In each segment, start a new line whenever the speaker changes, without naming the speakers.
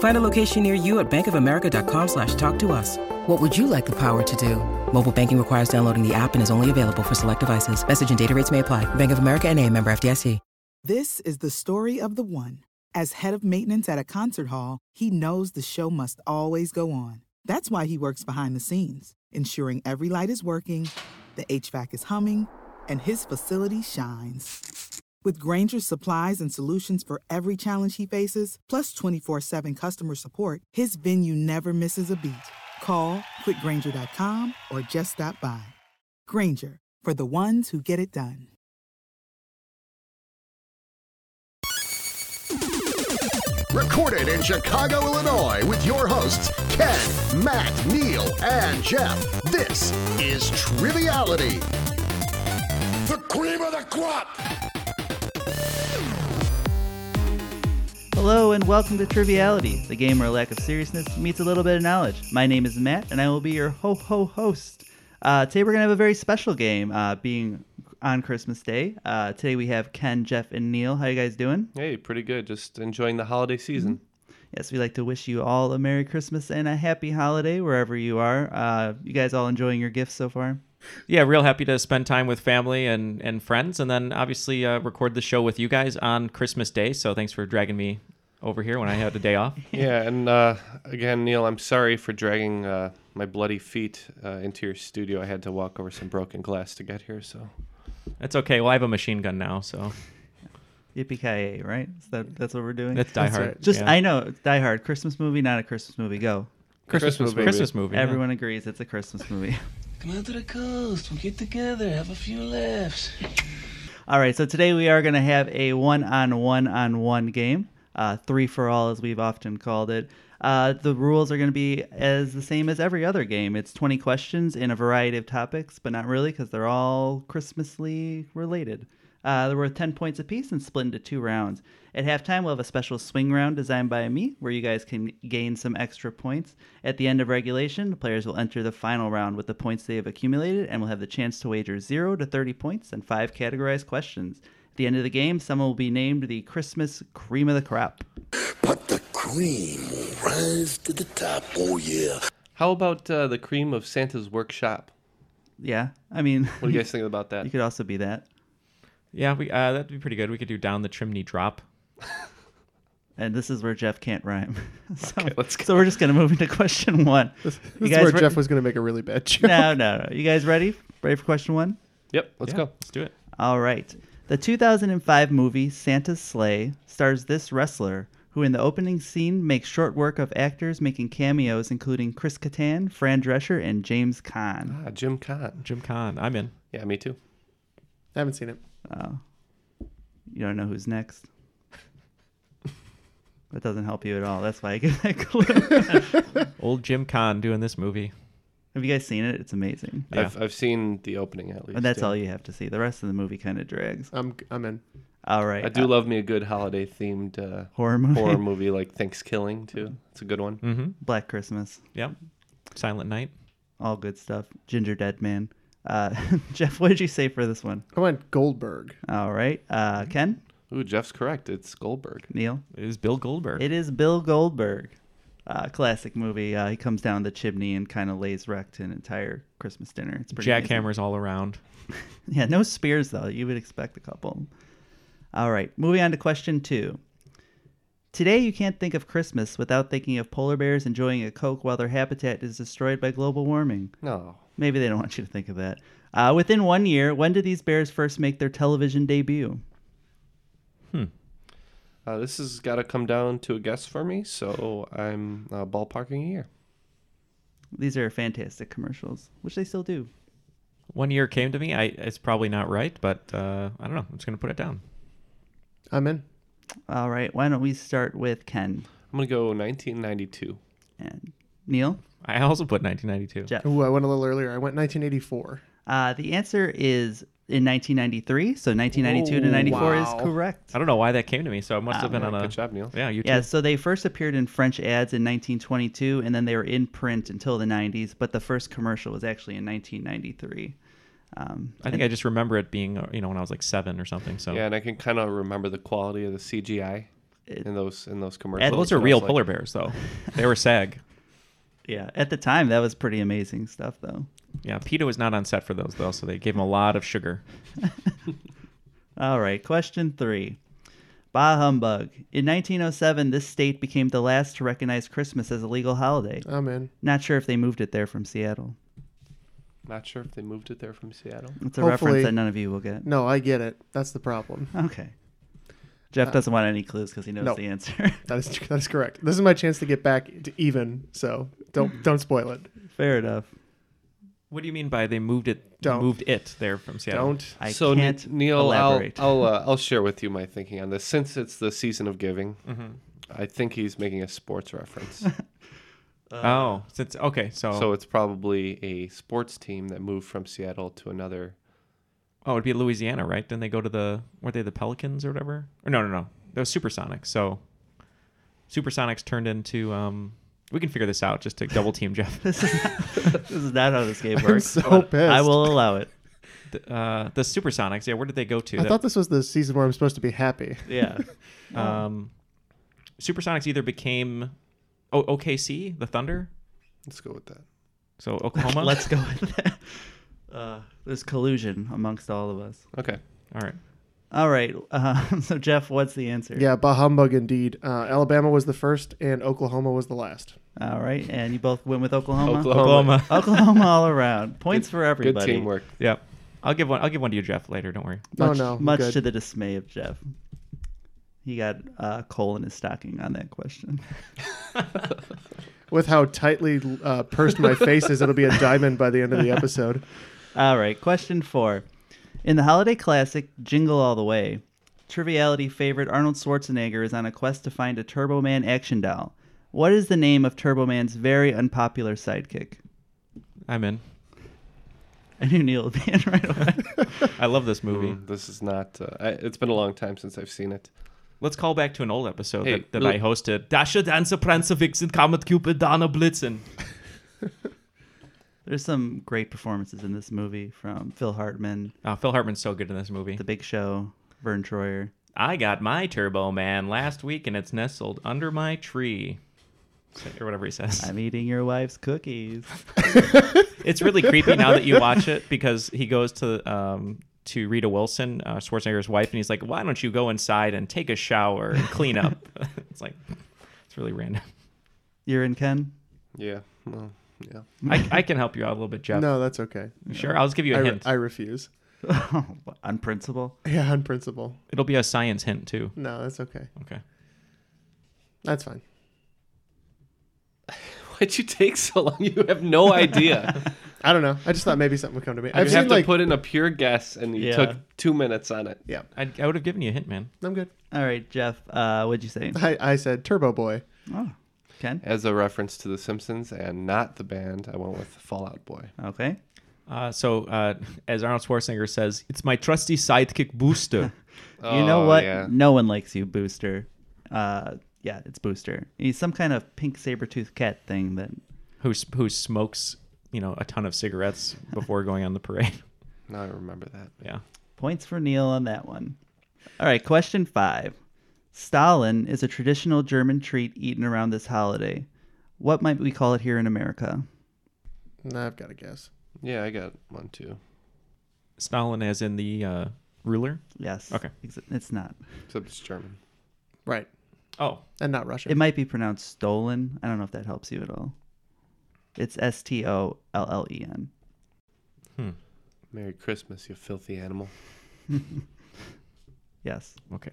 Find a location near you at bankofamerica.com slash talk to us. What would you like the power to do? Mobile banking requires downloading the app and is only available for select devices. Message and data rates may apply. Bank of America and a member FDIC.
This is the story of the one. As head of maintenance at a concert hall, he knows the show must always go on. That's why he works behind the scenes, ensuring every light is working, the HVAC is humming, and his facility shines. With Granger's supplies and solutions for every challenge he faces, plus 24 7 customer support, his venue never misses a beat. Call quickgranger.com or just stop by. Granger, for the ones who get it done.
Recorded in Chicago, Illinois, with your hosts, Ken, Matt, Neil, and Jeff. This is Triviality. The cream of the crop.
Hello and welcome to Triviality, the game where lack of seriousness meets a little bit of knowledge. My name is Matt, and I will be your ho ho host. Uh, today we're gonna have a very special game, uh, being on Christmas Day. Uh, today we have Ken, Jeff, and Neil. How you guys doing?
Hey, pretty good. Just enjoying the holiday season.
Mm-hmm. Yes, we like to wish you all a Merry Christmas and a Happy Holiday wherever you are. Uh, you guys all enjoying your gifts so far?
yeah, real happy to spend time with family and, and friends, and then obviously uh, record the show with you guys on Christmas Day. So thanks for dragging me over here when I had the day off.
Yeah, and uh, again, Neil, I'm sorry for dragging uh, my bloody feet uh, into your studio. I had to walk over some broken glass to get here, so
That's okay. Well, I have a machine gun now, so
Yippee ki right? Is that, that's what we're doing.
that's Die Hard.
Just
yeah.
I know it's Die Hard, Christmas movie, not a Christmas movie. Go.
Christmas,
Christmas
movie.
movie.
Christmas movie. yeah.
Everyone agrees it's a Christmas movie.
Come out to the coast. We'll get together, have a few laughs.
All right, so today we are going to have a one on one on one game, uh, three for all, as we've often called it. Uh, the rules are going to be as the same as every other game. It's 20 questions in a variety of topics, but not really because they're all Christmasly related. Uh, they're worth 10 points apiece and split into two rounds. At halftime, we'll have a special swing round designed by me where you guys can gain some extra points. At the end of regulation, the players will enter the final round with the points they have accumulated and will have the chance to wager 0 to 30 points and 5 categorized questions. At the end of the game, someone will be named the Christmas Cream of the Crop.
But the cream will rise to the top. Oh, yeah.
how about uh, the cream of Santa's workshop?
Yeah, I mean,
What do you guys think about that?
you could also be that.
Yeah, we, uh, that'd be pretty good. We could do Down the Chimney Drop.
And this is where Jeff can't rhyme. so,
let's go.
so we're just going to move into question one. you
This is where
re-
Jeff was going to make a really bad joke.
No, no, no. You guys ready? Ready for question one?
Yep, let's
Yeah,
go.
Let's do it.
All right. The 2005 movie Santa's Sleigh stars this wrestler who, in the opening scene, makes short work of actors making cameos, including Chris Kattan, Fran Drescher, and James Caan.
Ah, Jim Cotton.
Jim Con. I'm in.
Yeah, me too.
I haven't seen it.
You don't know who's next. That doesn't help you at all. That's why I give that clue.
Old Jim Con doing this movie.
have you guys seen it? It's amazing.
Yeah.
I've, I've seen the opening at least.
And that's
yeah.
all you have to see. The rest of the movie kind of drags.
I'm I'm in.
All right. uh,
Uh, I do love me a good holiday themed uh,
Horror movie. Mm-hmm.
horror movie like Thanksgiving too. It's a good one.
Black Christmas.
Yep. Silent Night.
All good stuff. Ginger Dead Man. Uh, Jeff, what did you say for this one?
I went Goldberg.
All right. Uh,
Hmm?
Ken?
Ooh, Jeff's correct. It's Goldberg.
Neil?
It is Bill Goldberg.
It is Bill Goldberg. Uh, classic movie. Uh, he comes down the chimney and kind of lays wreck to an entire Christmas dinner. It's pretty amazing.
Jackhammers all around.
Yeah, no spears though. You would expect a couple. All right, moving on to question two. Today, you can't think of Christmas without thinking of polar bears enjoying a Coke while their habitat is destroyed by global warming.
No.
Maybe they don't want you to think of that. Uh, within one year, when did these bears first make their television debut?
Uh, this has got to come down to a guess for me, so I'm uh, ballparking here.
These are fantastic commercials, which they still do.
One year came to me. I it's probably not right, but uh, I don't know. I'm just gonna put it down.
I'm in.
All right, why don't we start with Ken
I'm gonna go 1992.
and Neil?
I also put 1992.
Jeff.
Ooh, I went a little earlier. I went 1984.
Uh, the answer is in 1993. So 1992 to 94
wow.
is correct.
I don't know why that came to me, so it must have been on a
Ah, Good job, Neil.
yeah YouTube.
Yeah, so they first appeared in French ads in 1922, and then they were in print until the 90s. But the first commercial was actually in 1993. Um,
I think I just remember it being uh, you know when I was like seven or something. So
Yeah, and I can kind of remember the quality of the CGI in those in those commercials.
Well, those
It
are
was
real
like-
polar bears though. They were SAG.
yeah, at the time that was pretty amazing stuff, though.
Yeah, PETA was not on set for those though, so they gave him a lot of sugar.
All right, question three. Bah humbug. In 1907, this state became the last to recognize Christmas as a legal holiday.
I'm in.
Not sure if they moved it there from Seattle.
Not sure if they moved it there from Seattle.
It's a
Hopefully-
reference that none of you will get.
No, I get it. That's the problem.
Okay. Jeff doesn't want any clues because he knows
Uh, no.
the answer.
That is that is correct. This is my chance to get back to even. So don't don't spoil it.
Fair enough.
What do you mean by they moved it?
Don't.
Moved it there from Seattle.
Don't.
I
so Ne-
can't
Neil,
elaborate.
I'll I'll, uh, I'll share with you my thinking on this. Since it's the season of giving,
Mm-hmm.
I think he's making a sports reference.
oh, since okay, so,
so it's probably a sports team that moved from Seattle to another.
oh, it'd be Louisiana, right? Then they go to the were they the Pelicans or whatever? Or no, no, no, they were Supersonics. So Supersonics turned into um. We can figure this out just to double team Jeff.
this, is not, this is not how this game
I'm
works.
so
but
pissed.
I will allow it.
The, uh, the Supersonics, yeah. Where did they go to?
I
That-
thought this was the season where I'm supposed to be happy.
Yeah.
um, Supersonics either became oh, OKC, the Thunder,
Let's go with that.
so Oklahoma.
Let's go with that. Uh, there's collusion amongst all of us.
Okay.
All right.
All right. Uh, so, Jeff, what's the answer?
Yeah, bah humbug indeed. Uh, Alabama was the first, and Oklahoma was the last.
All right. And you both went with Oklahoma?
Oklahoma.
Oklahoma all around. Points for
Good
everybody.
teamwork.
Yeah. I'll give one. I'll give one to you, Jeff, later. Don't worry.
No,
Much,
no, I'm
much
good.
to the dismay of Jeff. He got uh, coal in his stocking on that question.
With how tightly uh, pursed my face is, it'll be a diamond by the end of the episode.
All right, question four. In the holiday classic Jingle All the Way, triviality favorite Arnold Schwarzenegger is on a quest to find a Turbo Man action doll. What is the name of Turbo Man's very unpopular sidekick?
I'm in.
I knew Neil would be in right away.
I love this movie.
Mm, This is not. Uh, I, it's been a long time since I've seen it.
Let's call back to an old episode
Hey,
that, that
Lou-
I hosted. Dasha, Dancer, Prancer, Vixen, Comet, Cupid, Donna, Blitzen.
There's some great performances in this movie from Phil Hartman,
Oh, Phil Hartman's so good in this movie.
The Big Show, Vern Troyer.
I got my Turbo Man last week, and it's nestled under my tree, or whatever he says.
I'm eating your wife's cookies.
it's really creepy now that you watch it because he goes to um to Rita Wilson, uh, Schwarzenegger's wife, and he's like, "Why don't you go inside and take a shower and clean up?" it's like it's really random.
You're in Ken?
Yeah. Well, yeah.
I, I can help you out a little bit, Jeff.
No, that's okay.
Sure, I'll just give you
I,
a
re-
hint.
I refuse.
Oh, on principle.
Yeah, on principle.
It'll be a science hint too.
No, that's okay.
Okay.
That's fine.
Why'd you take so long? You have no idea.
I don't know. I just thought maybe something would come to me.
you
I've
have
seen
to
like,
put in a pure guess, and you
Yeah.
took two minutes on it.
yeah,
I, I would have given you a hint, man.
I'm good.
All right, Jeff, uh, what'd you say?
I, I said Turbo Boy.
Oh, Ken?
As a reference to The Simpsons and not the band, I went with Fallout Boy.
Okay.
Uh, so, uh, as Arnold Schwarzenegger says, it's my trusty sidekick Booster.
You know what?
Oh, yeah.
No one likes you, Booster. Uh, yeah, it's Booster. He's some kind of pink saber-toothed cat thing that
who s- who smokes you know a ton of cigarettes before going on the parade.
Now I remember that.
yeah.
points for Neil on that one. All right, question five. Stalin is a traditional German treat eaten around this holiday. What might we call it here in America?
Nah, I've got to guess.
Yeah, I got one too.
Stalin, as in the uh, ruler.
Yes.
Okay.
Ex- It's not.
Except it's German.
Right,
Oh,
and not Russian.
It might be pronounced stolen. I don't know if that helps you at all. It's S T O L L E N.
Merry Christmas, you filthy animal.
Yes.
Okay.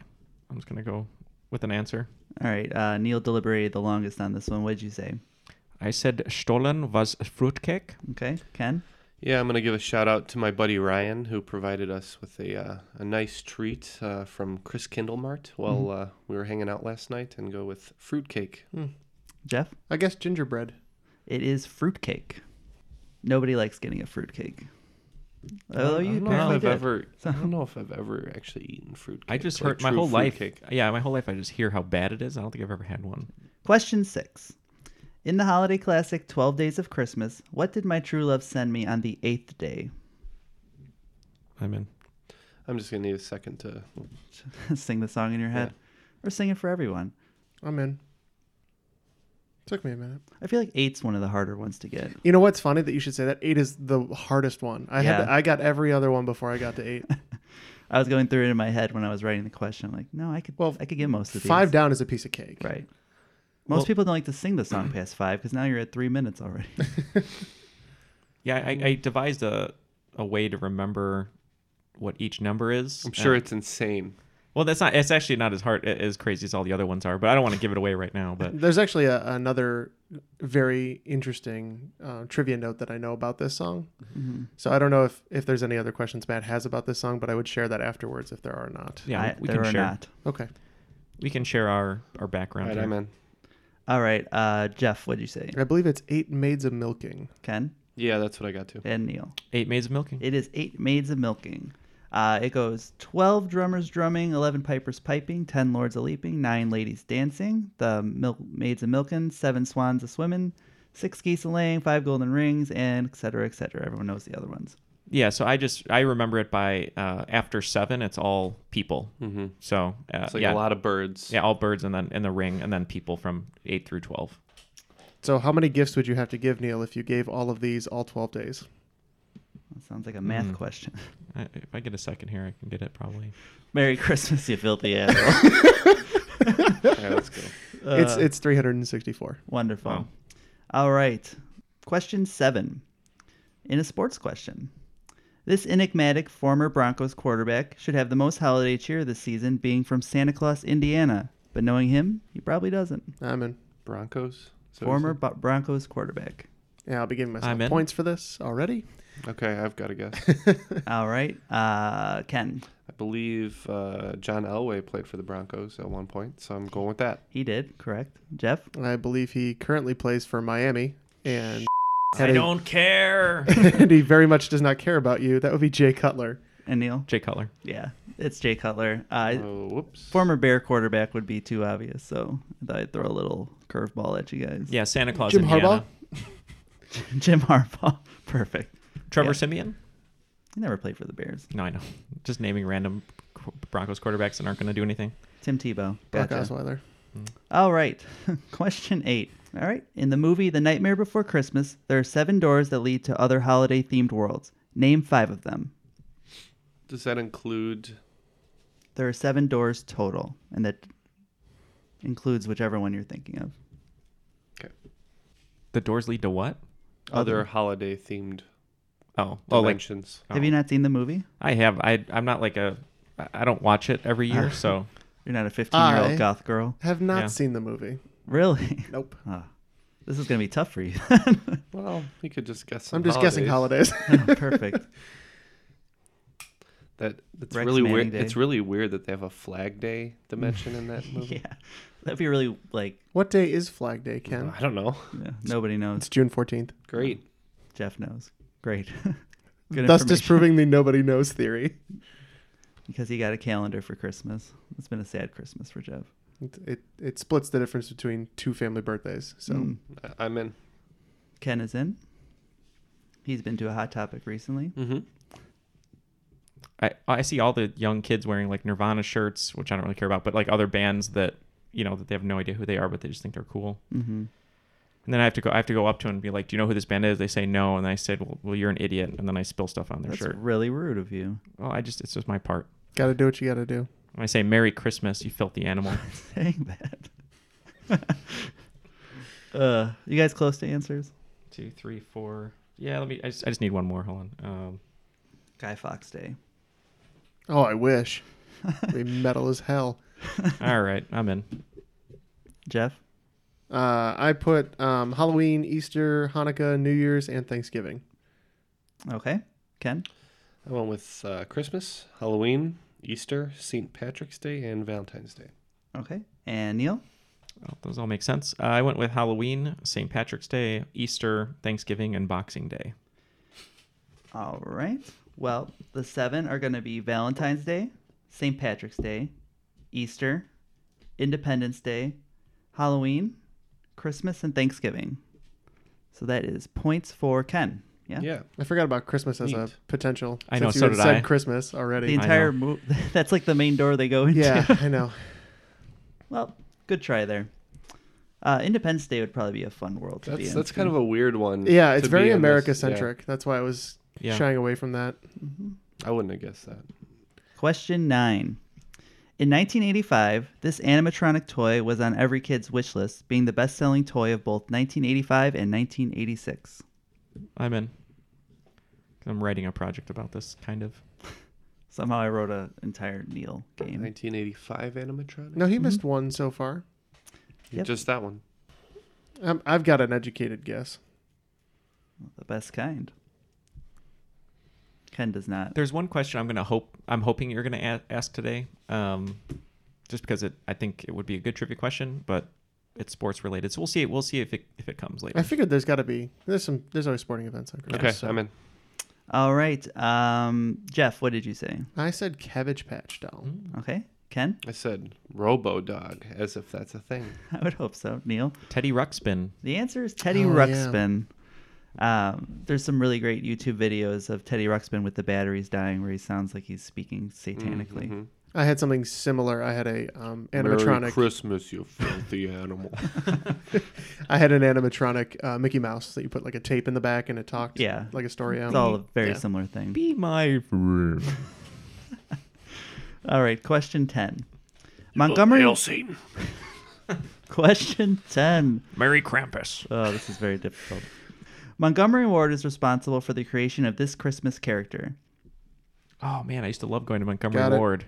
I'm just going to go with an answer.
All right. Uh, Neil deliberated the longest on this one. What'd you say?
I said Stollen was fruitcake.
Okay. Ken?
Yeah, I'm gonna give a shout out to my buddy Ryan who provided us with a uh, a nice treat uh, from Chris Kindlemart while
Mm-hmm.
uh, we were hanging out last night, and go with fruitcake.
Oh, Jeff?
I guess gingerbread.
It is fruitcake. Nobody likes getting a fruitcake. Although
Mm-hmm. I
you
don't know
apparently
if I've
did.
ever. I don't know if I've ever actually eaten fruitcake.
I just
like
heard my
true
whole life.
fruitcake.
Yeah, my whole life I just hear how bad it is. I don't think I've ever had one.
Question six. In the holiday classic 12 Days of Christmas, what did my true love send me on the eighth day?
I'm in.
I'm just gonna need a second to.
sing the song in your head or sing it for everyone.
I'm in. Took me a minute.
I feel like eight's one of the harder ones to get.
You know what's funny that you should say that eight is the hardest one. I had
Yeah.
to, I got every other one before I got to eight.
I was going through it in my head when I was writing the question. I'm like, no, I could,
Well,
I could get most of these.
Five down is a piece of cake.
Right. Most people don't like to sing the song past five because now you're at three minutes already.
Yeah, I, I devised a a way to remember what each number is.
I'm sure
Uh,
it's insane.
well, that's not. It's actually not as hard as crazy as all the other ones are. But I don't want to give it away right now. But
There's actually a, another very interesting uh, trivia note that I know about this song. So I don't know if, if there's any other questions Matt has about this song, but I would share that afterwards if there are not.
yeah,
I-
we, we
there
can
are
share.
not.
Okay.
We can share our our background.
Right,
here.
I'm in.
All right. Uh, Jeff, what'd you say?
I believe it's Eight Maids of Milking.
Ken
Yeah, that's what I got to.
and Neil.
Eight maids of milking.
It is eight maids of milking. Uh, it goes 12 drummers drumming, 11 pipers piping, 10 lords a leaping, 9 ladies dancing, the milk maids a milking, 7 swans a swimming, 6 geese a laying, 5 golden rings, and et cetera, et cetera. Everyone knows the other ones.
yeah, so I just I remember it by uh, after seven. It's all people. Mm-hmm. So uh,
It's like
yeah,
a lot of birds.
yeah, all birds and then in the ring and then people from eight through twelve.
So how many gifts would you have to give Neil if you gave all of these all 12 days?
That sounds like a math question.
I, if I get a second here, I can get it probably.
Merry Christmas, you filthy asshole.
Yeah, let's go.
it's it's 364.
Wonderful.
Wow.
All right. Question seven in a sports question. This enigmatic former Broncos quarterback should have the most holiday cheer this season, being from Santa Claus, Indiana. But knowing him, he probably doesn't.
I'm in.
Broncos. So is
Former Bo- Broncos quarterback.
Yeah, I'll be giving myself
I'm in.
points for this already.
it- Okay, I've got to guess.
All right. Uh, Ken,
I believe uh, John Elway played for the Broncos at one point, so I'm going with that.
he did, correct. Jeff,
I believe he currently plays for Miami and
I don't care.
and he very much does not care about you. That would be Jay Cutler.
and Neil.
Jay Cutler.
Yeah, it's Jay Cutler. Uh,
Oh, whoops.
Former Bear quarterback would be too obvious, so I thought I'd throw a little curveball at you guys.
Yeah, Santa Claus.
Jim Harbaugh?
Indiana.
Jim Harbaugh, perfect.
Trevor
Yeah.
Simeon.
He never played for the Bears.
No, I know. Just naming random qu- Broncos quarterbacks that aren't going to do anything.
Tim Tebow.
Brock
Gotcha.
Osweiler.
All right. Question eight. All right. In the movie The Nightmare Before Christmas, there are seven doors that lead to other holiday themed worlds. Name five of them.
Does that include?
There are seven doors total, and that includes whichever one you're thinking of.
Okay.
The doors lead to what?
Other holiday-themed
Oh, oh, like
dimensions.
Have you not seen the movie?
I have. I I'm not like a. I- I don't watch it every year, so
You're not a 15 year
I-
old goth girl.
Have not
Yeah.
seen the movie.
Really? Ah.
Nope.
This is going to be tough for you.
well, we could just guess. some
I'm just guessing holidays.
Perfect.
That that's
Rex
really
Manning
weird.
Day.
It's really weird that they have a Flag Day dimension in that movie.
Yeah. That'd be really like,
what day is Flag Day, Ken?
I don't know.
yeah, nobody knows.
It's June 14th.
Great.
Jeff knows. Great. Good
Thus
information.
disproving the nobody knows theory.
Because he got a calendar for Christmas. It's been a sad Christmas for Jeff.
It, it it splits the difference between two family birthdays. So
I- I'm in.
Ken is in. He's been to a hot topic recently.
I I see all the young kids wearing like Nirvana shirts, which I don't really care about, but like other bands that you know that they have no idea who they are, but they just think they're cool. Mm-hmm. And then I have to go. I have to go up to 'em and be like, "Do you know who this band is?" They say no, and I said, "Well, well you're an idiot," and then I spill stuff on their
That's
shirt.
really rude of you.
Well, I just it's just my part.
gotta do what you gotta do.
When I say "Merry Christmas," you filthy animal.
Saying that. uh, you guys close to answers?
Two, three, four. Yeah, let me. I just, I just need one more. Hold on. Um,
Guy Fox Day.
Oh, I wish. Be metal as hell.
all right, I'm in.
Jeff?
Uh, I put um, Halloween, Easter, Hanukkah, New Year's, and Thanksgiving.
Okay. Ken?
I went with uh, Christmas, Halloween, Easter, St. Patrick's Day, and Valentine's Day.
Okay. And Neil?
Well, those all make sense. Uh, I went with Halloween, St. Patrick's Day, Easter, Thanksgiving, and Boxing Day.
All right. Well, the seven are going to be Valentine's Day, St. Patrick's Day, Easter, Independence Day, Halloween, Christmas, and Thanksgiving. So that is points for Ken. Yeah.
Yeah.
I forgot about Christmas as a
Neat.
potential.
I know,
since you
so
had
did
said
I.
Christmas
The
already.
entire mo- that's like the main door they go into.
yeah, I know.
Well, good try there. Uh, Independence Day would probably be a fun world to be
That's
in.
that's kind of a weird one.
Yeah,
Mm, to
it's
be
very
in this-
America centric. That's why I was
Yeah.
shying away from that.
yeah. I wouldn't have guessed that.
Question nine. In 1985, this animatronic toy was on every kid's wish list, being the best selling toy of both 1985 and 1986.
I'm in. I'm writing a project about this kind of.
Somehow I wrote an entire Neil game.
1985 animatronic.
No, he missed one so far.
Yep.
Just that one.
Um, I've got an educated guess.
The best kind. Ken does not.
There's one question I'm gonna hope I'm hoping you're gonna a- ask today, um, just because it I think it would be a good trivia question, but it's sports related, so we'll see. We'll see if it if it comes later.
I figured there's got to be there's some there's always sporting events on Christmas.
Okay,
so-
I'm in.
All right. Um, Jeff, what did you say?
I said Cabbage Patch doll.
Okay. Ken?
I said Robo Dog, as if that's a thing.
I would hope so. Neil?
Teddy Ruxpin.
The answer is Teddy
Oh, yeah.
Ruxpin. Um, there's some really great YouTube videos of Teddy Ruxpin with the batteries dying where he sounds like he's speaking satanically.
I had something similar. I had a um,
Merry
animatronic.
Christmas, you filthy animal.
I had an animatronic uh, Mickey Mouse that you put like a tape in the back and it talked.
Yeah.
like a story.
It's
out.
all a very
Yeah.
similar thing.
Be my friend.
All right, question 10. Montgomery. Question 10.
Merry Krampus.
Oh, this is very difficult. Montgomery Ward is responsible for the creation of this Christmas character,
Oh man, I used to love going to Montgomery
Got it.
Ward.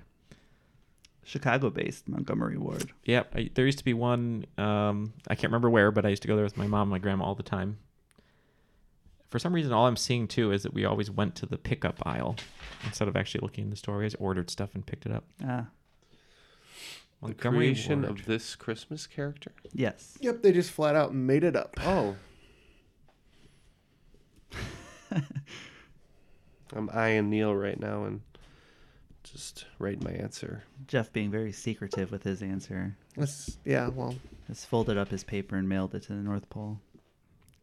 Chicago based Montgomery Ward.
Yeah, I, there used to be one. Um, I can't remember where, but I used to go there with my mom, and my grandma all the time. For some reason, all I'm seeing too is that we always went to the pickup aisle instead of actually looking in the store. We always ordered stuff and picked it up.
Ah,
the
Montgomery
creation
Ward.
of this Christmas character.
yes.
Yep, they just flat out made it up.
Oh. I'm eyeing Neil right now and just write my answer.
Jeff being very secretive with his answer.
That's yeah. Well,
Just folded up his paper and mailed it to the North Pole.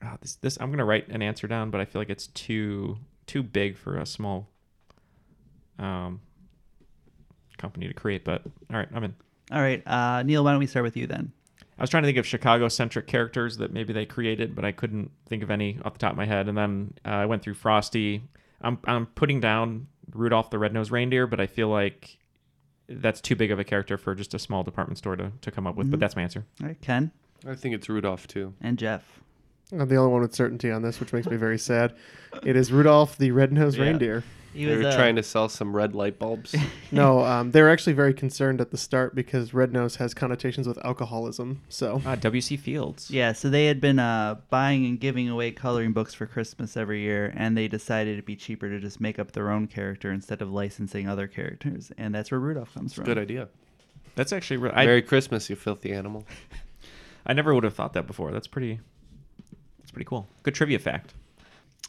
Ah, this, this I'm gonna write an answer down, but I feel like it's too too big for a small um, company to create. But all right, I'm in.
All right, uh, Neil, why don't we start with you then?
I was trying to think of Chicago centric characters that maybe they created, but I couldn't think of any off the top of my head. And then uh, I went through Frosty. I'm I'm putting down Rudolph the Red-Nosed Reindeer, but I feel like that's too big of a character for just a small department store to, to come up with. But that's my answer.
All right, Ken
I think it's Rudolph too.
and Jeff.
I'm the only one with certainty on this, which makes me very sad. It is Rudolph the Red-Nosed Reindeer.
He
They
was
were
uh,
trying to sell some red light bulbs.
No, um, they were actually very concerned at the start because Red Nose has connotations with alcoholism. So
Uh, W.C. Fields.
Yeah, so they had been uh, buying and giving away coloring books for Christmas every year, and they decided it'd be cheaper to just make up their own character instead of licensing other characters, and that's where Rudolph comes from.
Good idea.
That's actually re- I
Merry Christmas, you filthy animal.
I never would have thought that before. That's pretty. That's pretty cool. Good trivia fact.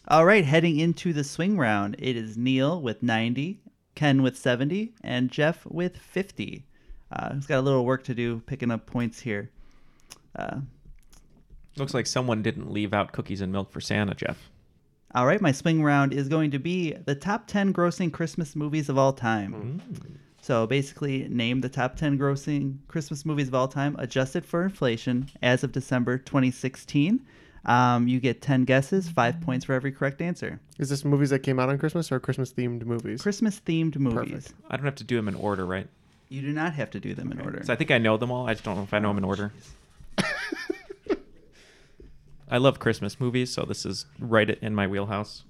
All right, heading into the swing round, it is Neil with 90, Ken with 70, and Jeff with 50. Uh, he's got a little work to do picking up points here. Uh,
Looks like someone didn't leave out cookies and milk for Santa, Jeff.
All right, my swing round is going to be the top 10 grossing Christmas movies of all time.
Mm.
So basically, name the top 10 grossing Christmas movies of all time, adjusted for inflation as of December 2016. Um, you get 10 guesses, five points for every correct answer.
is this movies that came out on Christmas or Christmas themed movies?
Christmas themed movies.
I don't have to do them in order, right?
You do not have to do them in order.
So I think I know them all. I just don't know if I know them in order. I love Christmas movies, so this is right in my wheelhouse.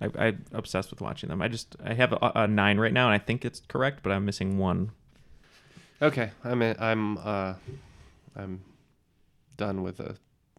I, I'm obsessed with watching them. I just I have a, a nine right now, and I think it's correct, but I'm missing one.
Okay, I'm in, I'm uh I'm done with a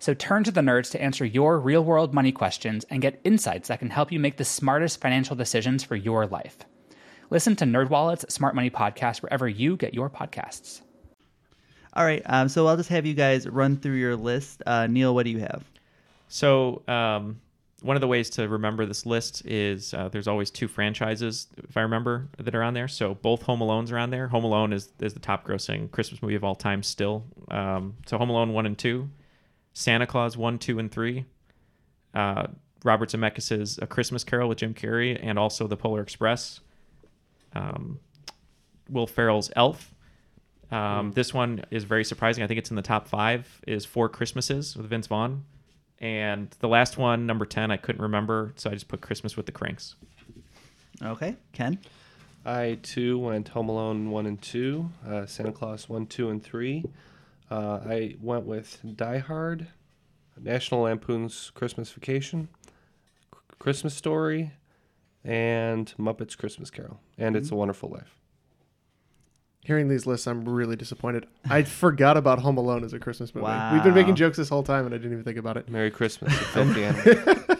So turn to the nerds to answer your real world money questions and get insights that can help you make the smartest financial decisions for your life. Listen to NerdWallet's Smart Money Podcast wherever you get your podcasts.
All right. Um, so I'll just have you guys run through your list. Uh, Neil, what do you have?
So um, one of the ways to remember this list is uh, there's always two franchises, if I remember, that are on there. So both Home Alones are on there. Home Alone is, is the top grossing Christmas movie of all time still. Um, so Home Alone 1 and 2. Santa Claus 1, 2, and 3. Uh, Robert Zemeckis' A Christmas Carol with Jim Carrey and also The Polar Express. Um, Will Ferrell's Elf. Um, This one is very surprising. I think it's in the top five, is Four Christmases with Vince Vaughn. And the last one, number 10, I couldn't remember, so I just put Christmas with the Cranks.
Okay. Ken?
I too went Home Alone one and two, uh, Santa Claus one, two, and three. Uh, I went with Die Hard, National Lampoon's Christmas Vacation, C- Christmas Story, and Muppets Christmas Carol, and It's a Wonderful Life.
Mm-hmm. Hearing these lists, I'm really disappointed. I forgot about Home Alone as a Christmas movie. We've been
Wow.
making jokes this whole time, and I didn't even think about it.
Merry Christmas, you filthy animal.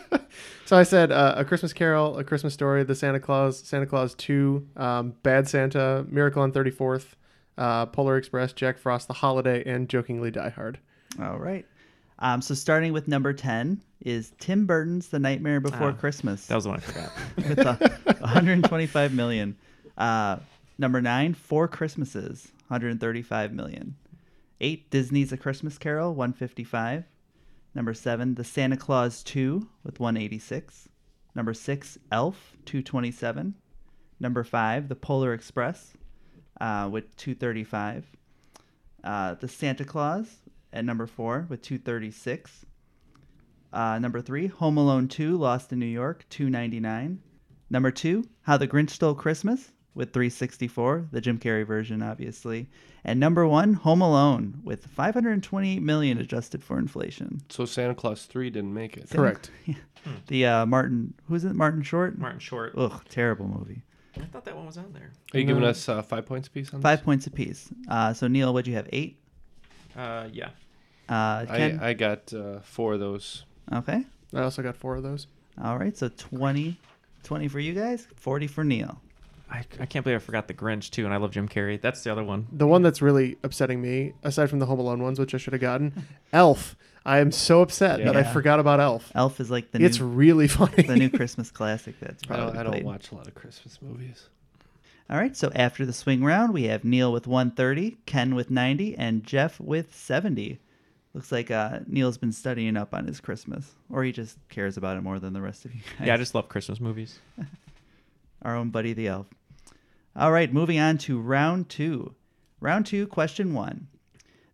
So I said uh, A Christmas Carol, A Christmas Story, The Santa Claus, Santa Claus 2, um, Bad Santa, Miracle on 34th, uh, Polar Express, Jack Frost, The Holiday, and jokingly Die Hard.
All right. Um, so starting with number 10 is Tim Burton's The Nightmare Before
Ah,
Christmas.
That was the one I forgot.
with a 125 million. Uh, number nine, Four Christmases, 135 million. Eight, Disney's A Christmas Carol, 155. Number seven, The Santa Claus 2 with 186. Number six, Elf, 227. Number five, The Polar Express uh, with 235. Uh, the Santa Claus at number four with 236. Uh, number three, Home Alone 2, Lost in New York, 299. Number two, How the Grinch Stole Christmas with 364, the Jim Carrey version, obviously. And number one, Home Alone with 528 million adjusted for inflation.
so Santa Claus 3 didn't make it.
Correct.
The uh, Martin, who's it? Martin Short.
Martin Short.
Ugh, terrible movie.
I thought that one was on there.
Are you giving us uh, five points apiece on
Five points apiece. Uh, so Neil, what'd you have? Eight.
Uh, yeah.
Uh,
this?
Ken.
I, I got uh, four of those.
okay.
I also got four of those.
All right. So 20, 20 for you guys, 40 for Neil.
I, I can't believe I forgot the Grinch too, and I love Jim Carrey. That's the other one.
The one that's really upsetting me, aside from the Home Alone ones, which I should have gotten, Elf. I am so upset that I
Yeah.
forgot about Elf.
Elf is like the
it's
new,
really funny.
the new Christmas classic. That's
I
probably
don't, I don't
played.
watch a lot of Christmas movies.
All right, so after the swing round, we have Neil with 130, Ken with 90, and Jeff with 70. Looks like uh, Neil's been studying up on his Christmas, or he just cares about it more than the rest of you guys.
Yeah, I just love Christmas movies.
Our own buddy the elf. All right, moving on to round two. Round two, question one.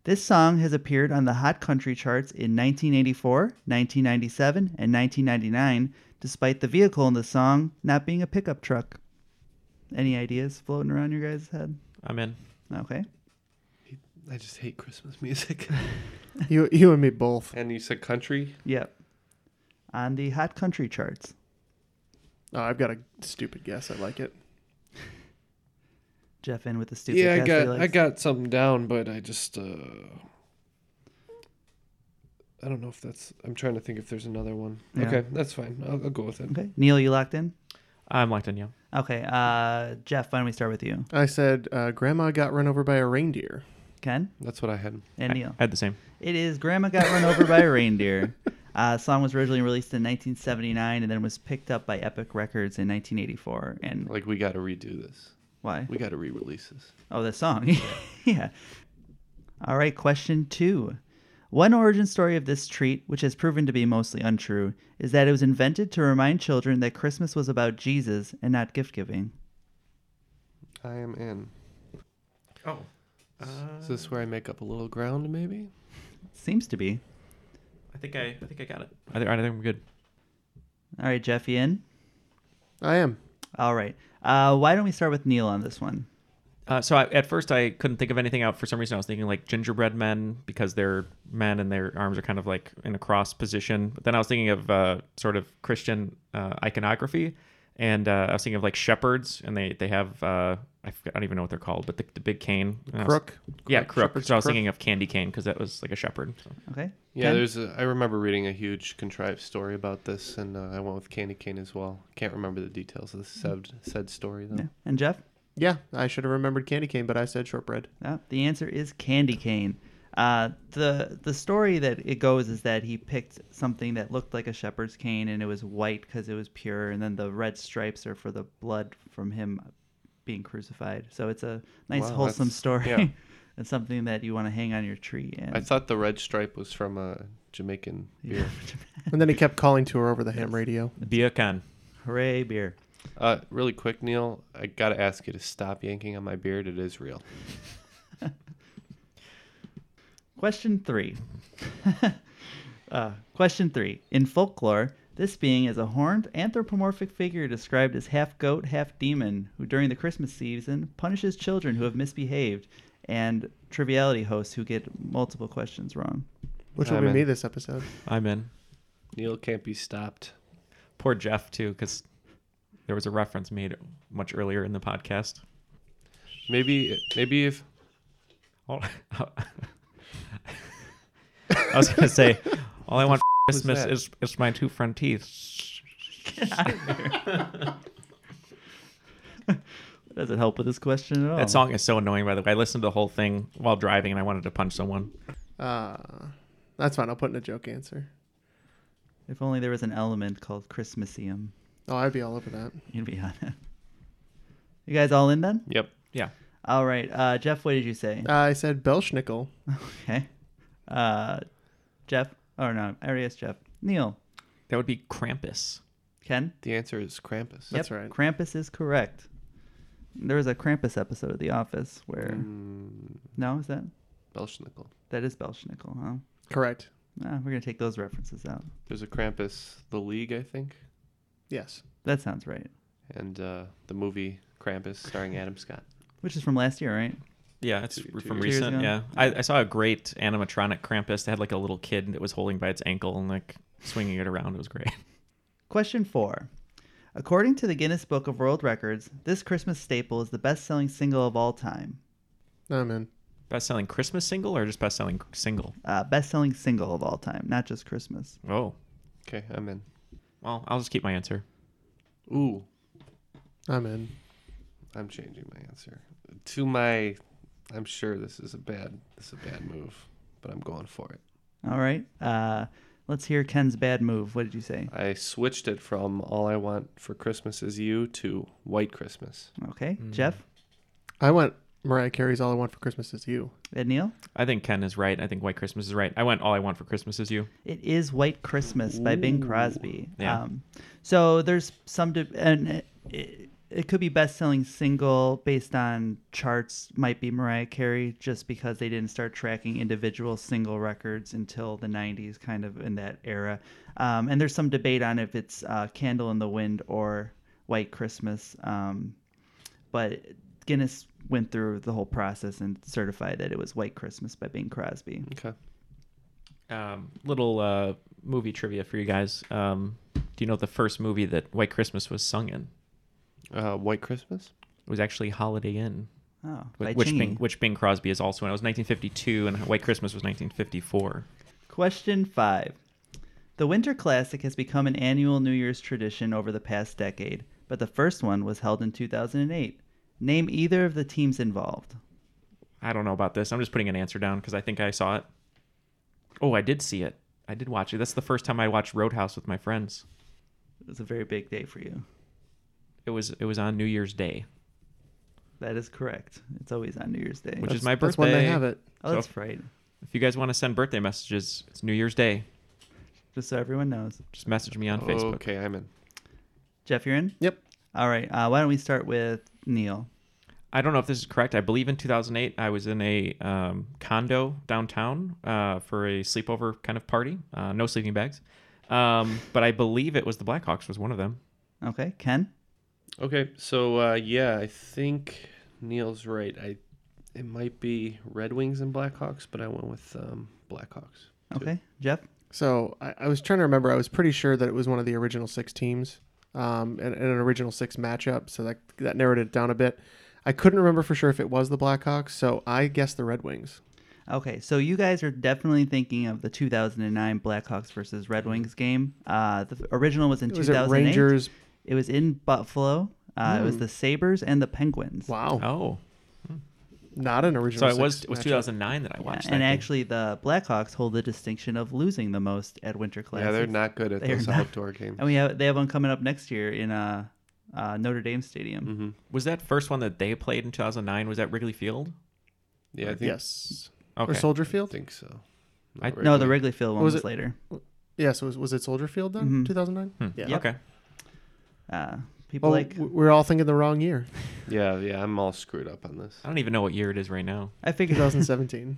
This song has appeared on the Hot Country charts in 1984, 1997, and 1999, despite the vehicle in the song not being a pickup truck. Any ideas floating around your guys' head?
I'm in.
Okay.
I just hate Christmas music.
you, you and me both.
and you said country?
Yep. On the hot country charts.
Oh, I've got a stupid guess. I like it.
Jeff in with the stupid.
yeah, I
guess he
got I
likes.
got something down, but I just uh, I don't know if that's. I'm trying to think if there's another one.
Yeah.
Okay, that's fine. I'll, I'll go with it.
Okay, Neil, you locked in.
I'm locked in, yeah.
Okay, uh, Jeff, why don't we start with you?
I said, uh, Grandma got run over by a reindeer.
Ken?
That's what I had.
And Neil?
I had the same.
It is Grandma Got Run Over by a Reindeer. Uh, song was originally released in 1979 and then was picked up by Epic Records in 1984. And
Like we got to redo this.
Why?
We got to re-release this.
Oh, the song. yeah. All right, question two. One origin story of this treat, which has proven to be mostly untrue, is that it was invented to remind children that Christmas was about Jesus and not gift giving.
I am in.
Oh.
Is this where I make up a little ground, maybe?
Seems to be.
I think I, I think I got it. I think, I think we're good.
All right, Jeff, you in?
I am.
All right. Uh, why don't we start with Neil on this one?
Uh, so I, at first I couldn't think of anything out. For some reason I was thinking like gingerbread men because they're men and their arms are kind of like in a cross position. But then I was thinking of uh, sort of Christian uh, iconography, and uh, I was thinking of like shepherds and they they have uh, I, forget- I don't even know what they're called, but the, the big cane. And I was-
Crook.
Yeah,
Crook.
crook.
Shepherd's
So I was
crook.
thinking of candy cane because that was like a shepherd. So.
Okay.
Yeah,
Ken?
there's. A, I remember reading a huge contrived story about this, and uh, I went with Candy Cane as well. Can't remember the details of the said, said story though.
Yeah. And Jeff?
Yeah, I should have remembered candy cane, but I said shortbread.
Uh, the answer is candy cane. Uh, the the story that it goes is that he picked something that looked like a shepherd's cane and it was white because it was pure, and then the red stripes are for the blood from him being crucified. So it's a nice
Wow,
wholesome
that's-
story.
yeah.
and something that you want to hang on your tree. And
I thought the red stripe was from a Jamaican beer.
And then he kept calling to her over the ham radio.
Bia can.
hooray, beer.
uh, really quick, Neil, I gotta ask you to stop yanking on my beard. It is real.
Question three. uh, question three. In folklore, this being is a horned anthropomorphic figure described as half goat, half demon, who during the Christmas season punishes children who have misbehaved and triviality hosts who get multiple questions wrong.
Which will
I'm
be
in.
me this episode.
I'm in.
Uh, Neil can't be stopped.
Poor Jeff too, because there was a reference made much earlier in the podcast.
Maybe, maybe if
All, I was gonna say, all I want for Christmas
that?
is is my two front teeth.
That doesn't help with this question at all.
That song is so annoying. By the way, I listened to the whole thing while driving, and I wanted to punch someone.
Uh, that's fine. I'll put in a joke answer.
If only there was an element called Christmasium,
Oh, I'd be all over that.
you'd be on it. You guys all in then?
yep.
Yeah,
All right. Uh, Jeff, what did you say?
I said Belschnickel.
Okay. Uh, Jeff? Or no, Arias Jeff. Neil.
that would be Krampus.
Ken?
The answer is Krampus.
That's right.
Krampus is correct. There was a Krampus episode of The Office where.
Mm.
No, is that?
Belschnickel.
That is Belschnickel, huh?
Correct.
Ah, we're going to take those references out.
There's a Krampus, the League, I think,
Yes.
That sounds right.
and uh, the movie Krampus starring Adam Scott.
Which is from last year, right?
Yeah, it's
Two- two
from
years
recent.
ago.
Yeah, I, I saw a great animatronic Krampus. They had like a little kid that was holding by its ankle and like swinging it around. It was great.
Question four. According to the Guinness Book of World Records, this Christmas staple is the best selling single of all time.
I'm in.
Best selling Christmas single or just best selling single?
Uh, best selling single of all time, not just Christmas.
Oh,
Okay, I'm in.
well, I'll just keep my answer.
Ooh,
I'm in.
I'm changing my answer to my. I'm sure this is a bad. This is a bad move, but I'm going for it.
All right. Uh, let's hear Ken's bad move. What did you say?
I switched it from "All I Want for Christmas Is You" to "White Christmas."
Okay. Jeff?
I went Mariah Carey's All I Want for Christmas Is You.
And Neil?
I think Ken is right. I think White Christmas is right. I went All I Want for Christmas is You.
It is White Christmas by Bing Crosby.
Yeah.
Um, so there's some, de- and it, it, it could be best selling single based on charts, might be Mariah Carey, just because they didn't start tracking individual single records until the 90s, kind of in that era. Um, and there's some debate on if it's uh, Candle in the Wind or White Christmas. Um, but Guinness went through the whole process and certified that it was White Christmas by Bing Crosby.
Okay.
Um, little uh, movie trivia for you guys. Um, do you know the first movie that White Christmas was sung in?
Uh, "White Christmas."
It was actually Holiday Inn,
Oh,
wh-
by
which
Chingy.
Bing, which Bing Crosby is also in. It was 1952, and White Christmas was 1954.
Question five. The Winter Classic has become an annual New Year's tradition over the past decade, but the first one was held in 2008. Name either of the teams involved.
I don't know about this. I'm just putting an answer down because I think I saw it. Oh, I did see it. I did watch it. That's the first time I watched Roadhouse with my friends.
It was a very big day for you.
It was it was on New Year's Day,
That is correct. It's always on New Year's Day.
which is my birthday.
that's when they have it.
Oh, that's
So
right.
If you guys want to send birthday messages, it's New Year's Day.
Just so everyone knows.
Just message me on
Oh,
Facebook.
Okay, I'm in.
Jeff, you're in?
Yep.
All right. Uh, why don't we start with Neil?
I don't know if this is correct. I believe in 2008, I was in a um, condo downtown uh, for a sleepover kind of party. Uh, no sleeping bags. Um, but I believe it was the Blackhawks was one of them.
Okay. Ken?
Okay, so uh, yeah, I think Neil's right. I it might be Red Wings and Blackhawks, but I went with um, Blackhawks. too.
Okay. Jeff?
So I, I was trying to remember. I was pretty sure that it was one of the original six teams, um, and, and an original six matchup. So that that narrowed it down a bit. I couldn't remember for sure if it was the Blackhawks, so I guessed the Red Wings.
Okay, so you guys are definitely thinking of the 2009 Blackhawks versus Red Wings game. Uh, the f- original was in
Was it
2008.
Rangers? Hmm.
It was in Buffalo. Uh, It was the Sabers and the Penguins.
Wow,
Oh,
not an original.
so it
six
was it was
matchup.
2009 that I watched.
and
that game.
actually, the Blackhawks hold the distinction of losing the most at Winter Classics.
Yeah, they're not good at
They are
those
not.
outdoor games.
And we have they have one coming up next year in uh, uh, Notre Dame
Mm,
Stadium.
was that first one that they played in 2009? Was that Wrigley Field?
Yeah, I think,
Yes.
Okay.
Or Soldier
I
Field?
think so.
I-
Not
No, the Wrigley Field one
Was
was,
it-
later.
Yes. Was was it Soldier Field then?
Mhm.
2009. Yeah.
Okay.
Uh, people
Well,
like
w- we're all thinking the wrong year.
Yeah, yeah, I'm all screwed up on this.
I don't even know what year it is right now.
I figured
2017.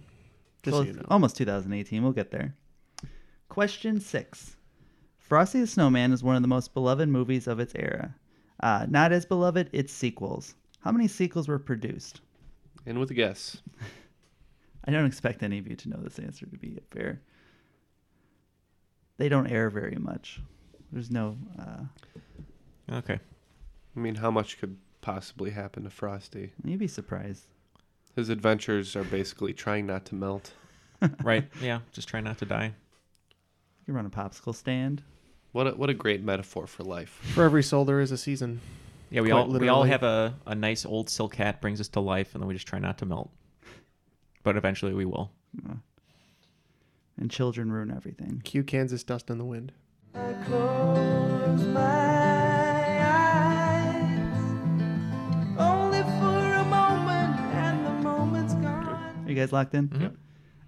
Just
Well,
so you
it's
know.
Almost 2018. We'll get there. Question six Frosty the Snowman is one of the most beloved movies of its era. Uh, not as beloved, its sequels. How many sequels were produced?
And with a guess,
I don't expect any of you to know this answer, to be fair. They don't air very much. There's no. Uh,
Okay.
I mean, how much could possibly happen to Frosty?
you'd be surprised.
His adventures are basically trying not to melt.
Right. Yeah. Just try not to die.
You can run a popsicle stand.
What a, what a great metaphor for life.
For every soul, there is a season.
Yeah, we
Quite
all we all
literally.
have a, a nice old silk hat brings us to life, and then we just try not to melt. But eventually we will.
And children ruin everything.
Cue Kansas dust in the wind.
Are you guys locked in?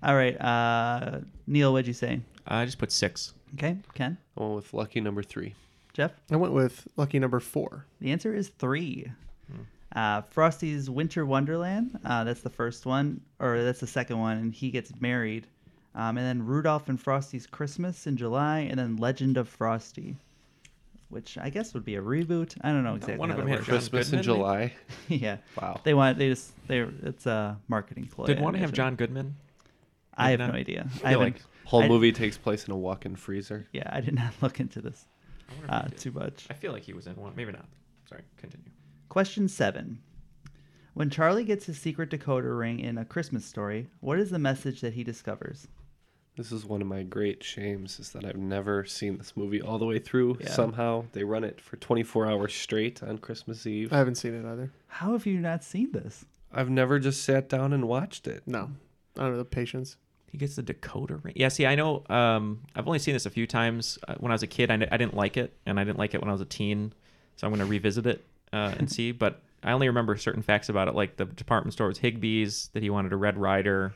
All right. Uh, Neil, what'd you say?
I just put six.
Okay. Ken?
I went with lucky number three.
Jeff?
I went with lucky number four.
The answer is three.
Hmm.
Uh, Frosty's Winter Wonderland. Uh, that's the first one, or that's the second one, and he gets married. Um, and then Rudolph and Frosty's Christmas in July, and then Legend of Frosty, which I guess would be a reboot. I don't know exactly.
one of
how
them
that
had
works.
Christmas
Goodman,
in July.
yeah.
Wow.
They want. They just. They. It's a marketing ploy.
Did
I
one have
imagine.
John Goodman?
I have
Goodman?
no idea. I
I feel
haven't.
like
Whole
I-
movie takes place in a walk-in freezer.
Yeah, I did not look into this
wonder if
uh,
he did.
too much.
I feel like he was in one. Maybe not. Sorry. Continue.
Question seven. When Charlie gets his secret decoder ring in A Christmas Story, what is the message that he discovers?
This is one of my great shames is that I've never seen this movie all the way through. Somehow they run it for 24 hours straight on Christmas Eve.
I haven't seen it either.
How have you not seen this?
I've never just sat down and watched it.
No, I don't know the patience.
He gets the decoder ring. Yeah, see, I know. Um, I've only seen this a few times. Uh, when I was a kid, I, kn- I didn't like it, and I didn't like it when I was a teen. So I'm going to revisit it uh, and see. But I only remember certain facts about it, like the department store was Higbee's, that he wanted a Red Rider.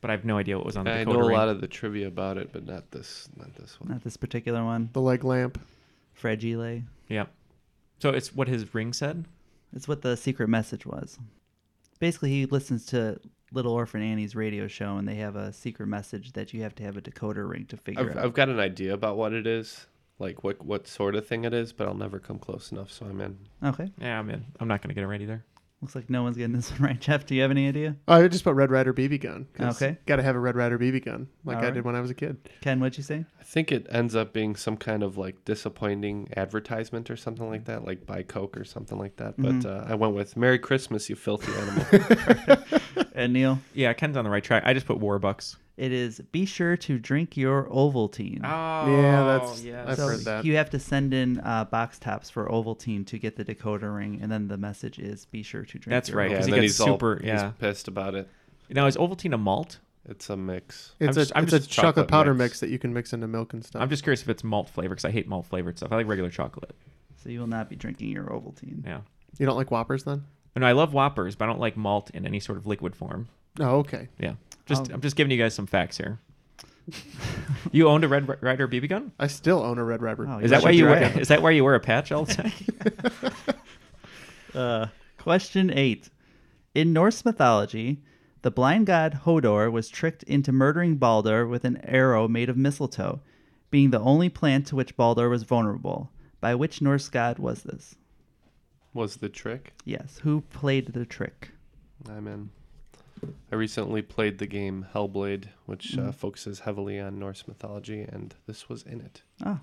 But I have no idea what was on the
I
decoder
know a
ring.
lot of the trivia about it, but not this not this one.
Not this particular one.
The leg lamp.
Fragile.
Yep. So it's what his ring said.
It's what the secret message was. Basically, he listens to Little Orphan Annie's radio show, and they have a secret message that you have to have a decoder ring to figure
I've,
out.
I've got an idea about what it is, like what what sort of thing it is, but I'll never come close enough, so I'm in.
Okay.
Yeah, I'm in. I'm not going to get it right either.
Looks like no one's getting this one right. Jeff, do you have any idea?
Oh, I just put Red Rider BB gun. 'cause
Okay.
Gotta have a Red Rider BB gun, like I
Alright.
did when I was a kid.
Ken, what'd you say?
I think it ends up being some kind of like disappointing advertisement or something like that,
Mm-hmm.
like buy Coke or something like that. But uh, I went with Merry Christmas, you filthy animal.
And Neil?
Yeah, Ken's on the right track. I just put Warbucks.
It is be sure to drink your Ovaltine.
Oh, Yeah, that's- yes. I've
so
heard that.
You have to send in uh, box tops for Ovaltine to get the decoder ring, and then the message is be sure to drink.
That's
your Ovaltine."
right.
and
Because he
then
gets
he's all-
super.
he's
yeah.
pissed about it.
Now is Ovaltine a malt?
It's a mix.
It's
I'm just-
a
I'm
it's
just
a chocolate,
chocolate
powder
mix.
mix. that you can mix into milk and stuff.
I'm just curious if it's malt flavor because I hate malt flavored stuff. I like regular chocolate.
So you will not be drinking your Ovaltine.
Yeah.
you don't like Whoppers then?
And I love Whoppers, but I don't like malt in any sort of liquid form.
Oh, okay.
Yeah. Just
Um,
I'm just giving you guys some facts here. you owned a Red Ri- Rider BB gun?
I still own a Red Rider.
Oh,
Is that
should
why you
try
wear,
it.
is that why you wear a patch all the time?
Uh, question eight. In Norse mythology, the blind god Hodor was tricked into murdering Baldur with an arrow made of mistletoe, being the only plant to which Baldur was vulnerable. By which Norse god was this?
Was the trick?
Yes, who played the trick?
I'm in. I recently played the game Hellblade, which
Mm.
uh, focuses heavily on Norse mythology, and this was in it.
Oh,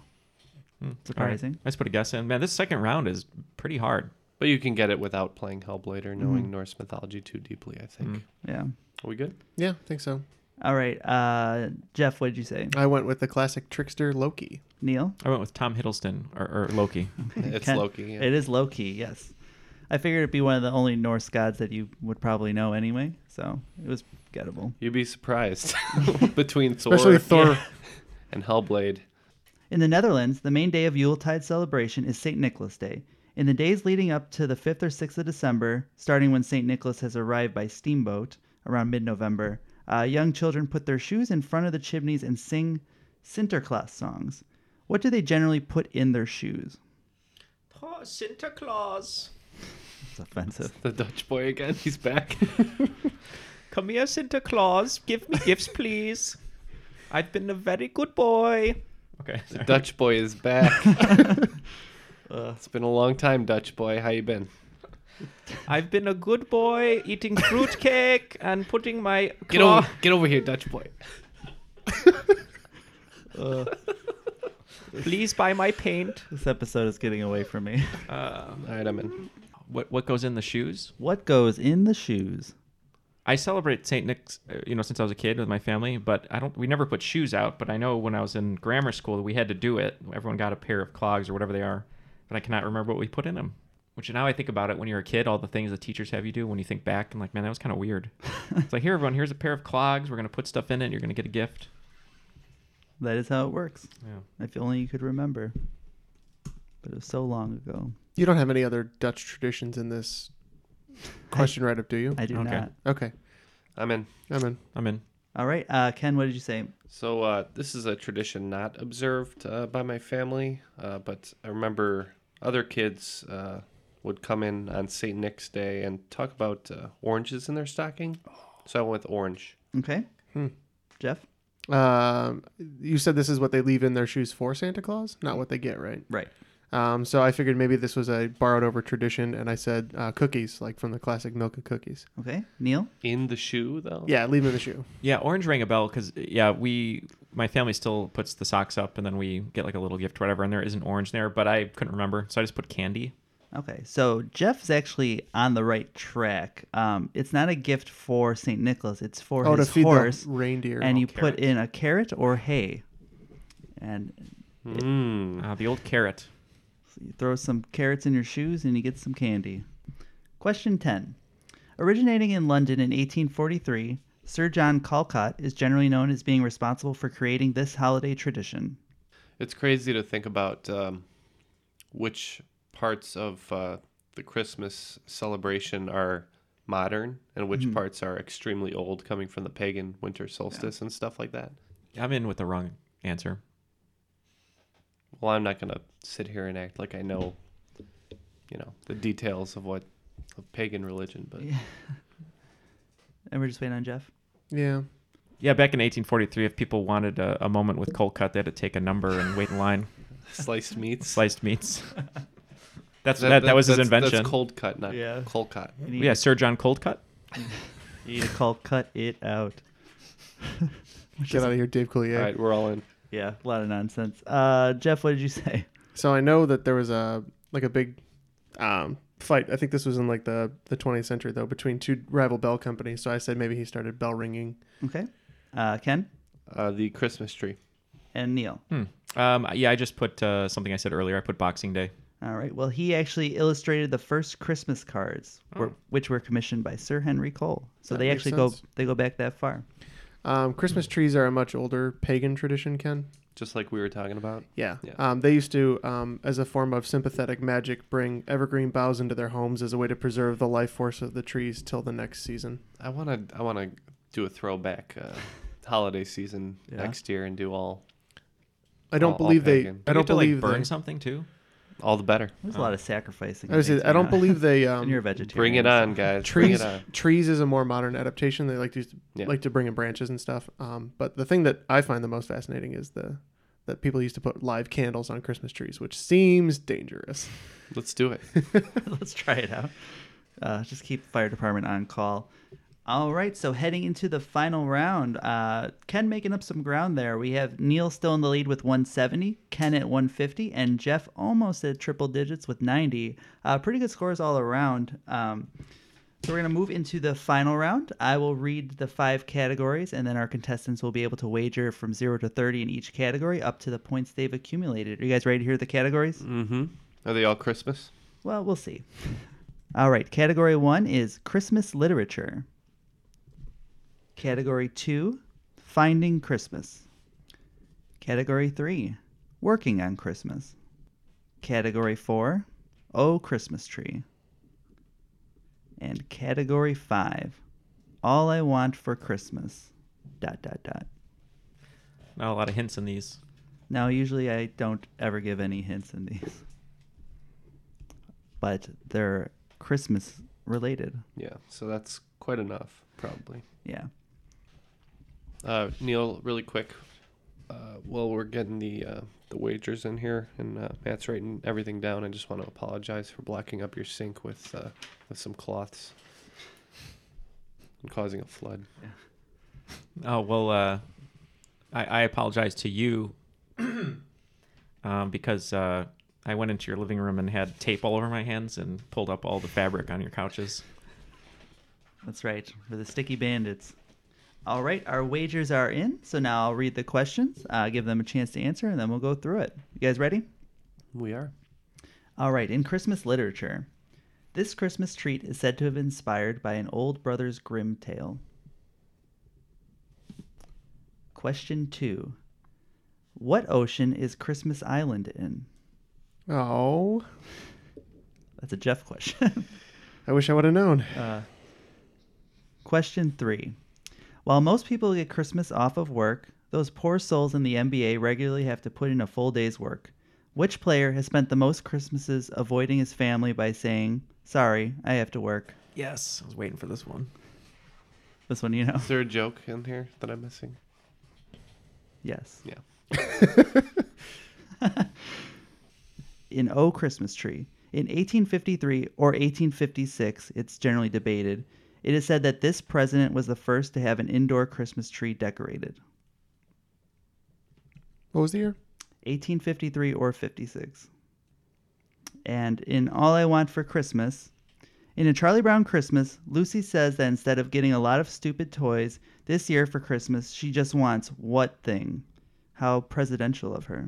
Hmm.
Surprising.
All right. I just put a guess in. Man, this second round is pretty hard.
But you can get it without playing Hellblade or knowing
Mhm.
Norse mythology too deeply, I think.
Mm.
yeah.
Are we good?
Yeah, I think so.
All right, uh, Jeff, what did you say?
I went with the classic trickster Loki.
Neil?
I went with Tom Hiddleston or, or Loki.
It's
Ken-
Loki. yeah.
It is Loki, yes. I figured it'd be one of the only Norse gods that you would probably know anyway, so it was gettable.
You'd be surprised between Thor,
Especially Thor.
and Hellblade.
In the Netherlands, the main day of Yuletide celebration is St. Nicholas Day. In the days leading up to the 5th or 6th of December, starting when St. Nicholas has arrived by steamboat around mid November, uh, young children put their shoes in front of the chimneys and sing Sinterklaas songs. What do they generally put in their shoes?
Oh, Santa Claus.
It's offensive.
The Dutch boy again. He's back.
Come here, Santa Claus. Give me gifts, please. I've been a very good boy. Okay.
The Dutch boy is back. it's been a long time, Dutch boy. How you been?
I've been a good boy eating fruitcake and putting my
Get over, get over here, Dutch boy.
Please buy my paint.
This episode is getting away from me.
All right, I'm in.
What what goes in the shoes?
What goes in the shoes?
I celebrate Saint Nick's, uh, you know, since I was a kid with my family, but I don't. We never put shoes out, but I know when I was in grammar school that we had to do it. Everyone got a pair of clogs or whatever they are, but I cannot remember what we put in them. Which now I think about it, when you're a kid, all the things the teachers have you do. When you think back, I'm like, man, that was kind of weird. it's like, here, everyone, here's a pair of clogs. We're gonna put stuff in it. And you're gonna get a gift.
That is how it works.
Yeah.
If only you could remember. But it was so long ago.
You don't have any other Dutch traditions in this question write up, do you?
I do
Okay.
not.
okay.
I'm in.
I'm in.
I'm in.
All right, uh, Ken, what did you say?
So uh, this is a tradition not observed uh, by my family, uh, but I remember other kids uh, would come in on St. Nick's Day and talk about uh, oranges in their stocking.
Oh.
So I went with orange.
Okay.
Hmm.
Jeff?
Um, you said this is what they leave in their shoes for Santa Claus, not what they get, right?
Right.
Um, so I figured maybe this was a borrowed over tradition, and I said uh, cookies, like from the classic Milka cookies.
Okay. Neil?
In the shoe, though.
Yeah, leave them in the shoe.
Yeah, orange rang a bell because yeah, we my family still puts the socks up, and then we get like a little gift, or whatever, and there is an orange there, but I couldn't remember, so I just put candy.
Okay. So Jeff is actually on the right track. Um, it's not a gift for St. Nicholas, it's for
oh, to
his
feed
horse.
the reindeer.
and you
Oh, carrot.
put in a carrot or hay. And
Mm.
Uh, the old carrot.
You throw some carrots in your shoes and you get some candy. Question 10. Originating in London in 1843, Sir John Calcott is generally known as being responsible for creating this holiday tradition.
It's crazy to think about um, which parts of uh, the Christmas celebration are modern and which parts are extremely old, coming from the pagan winter solstice and stuff like that.
I'm in with the wrong answer.
Well, I'm not gonna sit here and act like I know, you know, the details of what of pagan religion, but
And we're just waiting on Jeff.
yeah.
Yeah, back in 1843, if people wanted a, a moment with cold cut, they had to take a number and wait in line.
sliced meats.
Sliced meats. That's that, that, was his
that's-
invention.
That's cold cut, not
Yeah.
cold cut.
You need,
Yeah, Sir John Coldcut.
you need to call cut it out.
Get out of here, Dave Coulier.
All right, we're all in.
Yeah, a lot of nonsense. Uh, Jeff, what did you say?
So I know that there was a like a big um,
fight. I think this was in like the the 20th century though, between two rival bell companies. So I said maybe he started bell ringing.
Okay. Uh, Ken?
Uh, the Christmas tree.
And Neil.
Hmm. Um, yeah, I just put uh, something I said earlier. I put Boxing Day.
All right. Well, he actually illustrated the first Christmas cards, were, which were commissioned by Sir Henry Cole. So
Oh. That
they
makes
actually
sense.
go they go back that far.
Um, Christmas trees are a much older pagan tradition, Ken.
Just like we were talking about.
Yeah.
Yeah.
Um, they used to, um, as a form of sympathetic magic, bring evergreen boughs into their homes as a way to preserve the life force of the trees till the next season.
I wanna I wanna do a throwback uh, holiday season
Yeah.
next year and do all.
I don't
all- all
believe they-
pagan.
I You don't get to, like, believe
burn
they-
something too.
All the better.
There's a lot of sacrificing.
I would say I don't believe they. Um,
and you're a vegetarian.
Oh. Bring it
so-
on, guys. Bring
trees
it on.
trees is a more modern adaptation. They like to use-
Yeah.
like to bring in branches and stuff. Um, but the thing that I find the most fascinating is the that people used to put live candles on Christmas trees, which seems dangerous.
Let's do it.
Let's try it out. Uh, just keep the fire department on call. All right, so heading into the final round, uh, Ken making up some ground there. We have Neil still in the lead with 170, Ken at 150, and Jeff almost at triple digits with 90. Uh, pretty good scores all around. Um, so we're going to move into the final round. I will read the five categories, and then our contestants will be able to wager from 0 to 30 in each category up to the points they've accumulated. Are you guys ready to hear the categories?
mm-hmm. Are they all Christmas?
Well, we'll see. All right, category one is Christmas literature. Category two, Finding Christmas. Category three, Working on Christmas. Category four, Oh Christmas Tree. And category five, All I Want for Christmas. Dot, dot, dot.
Not a lot of hints in these.
Now, usually I don't ever give any hints in these, but they're Christmas related.
Yeah. So that's quite enough, probably.
Yeah.
Uh, Neil, really quick. Uh, while we're getting the uh, the wagers in here, and uh, Matt's writing everything down. I just want to apologize for blocking up your sink with uh, with some cloths and causing a flood.
Oh well, uh, I, I apologize to you um, because uh, I went into your living room and had tape all over my hands and pulled up all the fabric on your couches.
That's right. For the sticky bandits. All right, our wagers are in. So now I'll read the questions, uh, give them a chance to answer, and then we'll go through it. You guys ready?
We are.
All right, in Christmas literature, this Christmas treat is said to have been inspired by an old Brothers Grimm tale. Question two What ocean is Christmas Island in?
Oh,
That's a Jeff question.
I wish I would have known.
Uh,
Question three. While most people get Christmas off of work, those poor souls in the NBA regularly have to put in a full day's work. Which player has spent the most Christmases avoiding his family by saying, Sorry, I have to work?
Yes, I was waiting for this one.
This one, you know.
Is there a joke in here that I'm missing?
Yes.
Yeah.
in O Christmas Tree. In 1853 or 1856, it's generally debated, it is said that this president was the first to have an indoor Christmas tree decorated.
What was the year?
1853 or 56. And in All I Want for Christmas, in A Charlie Brown Christmas, Lucy says that instead of getting a lot of stupid toys, this year for Christmas, she just wants what thing? How presidential of her.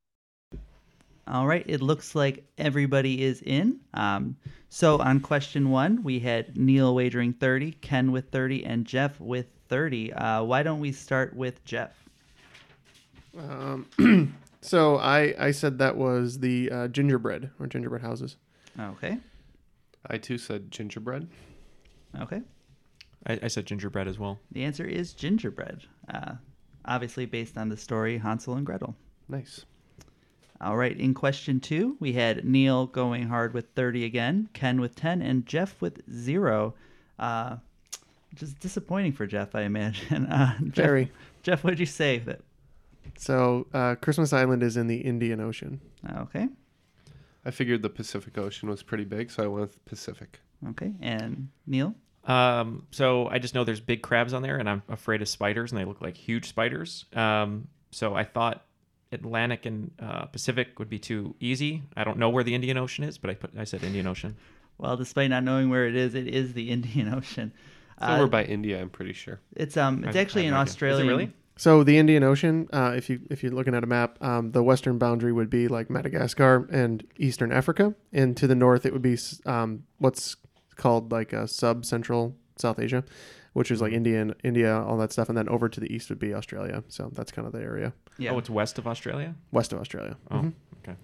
All right, it looks like everybody is in. Um, so on question one, we had Neil wagering 30, Ken with 30, and Jeff with 30. Uh, why don't we start with Jeff?
Um, so I I said that was the uh, gingerbread or gingerbread houses.
Okay.
I too said gingerbread.
Okay.
I, I said gingerbread as well.
The answer is gingerbread, uh, obviously based on the story Hansel and Gretel.
Nice.
All right, in question two, we had Neil going hard with 30 again, Ken with 10, and Jeff with zero. Uh, just disappointing for Jeff, I imagine. Uh, Jeff-
Very.
Jeff, what did you say? That,
So uh, Christmas Island is in the Indian Ocean.
okay.
I figured the Pacific Ocean was pretty big, so I went with Pacific.
Okay. And Neil?
Um, so I just know there's big crabs on there, and I'm afraid of spiders, and they look like huge spiders. Um, so I thought Atlantic and uh, Pacific would be too easy. I don't know where the Indian Ocean is, but I put I said Indian Ocean.
Well, despite not knowing where it is, it is the Indian Ocean. Uh,
It's over by India, I'm pretty sure.
It's um, it's
I- I
actually in
have no idea. Is it
Australia.
really?
So the Indian Ocean, uh, if you if you're looking at a map, um, the western boundary would be like Madagascar and eastern Africa, and to the north it would be s- um, what's called like uh, sub-central South Asia, which
Mm-hmm.
is like India, and India, all that stuff, and then over to the east would be Australia. So that's kind of the area
Oh, it's west of Australia.
west of Australia.
Oh,
Mhm.
okay.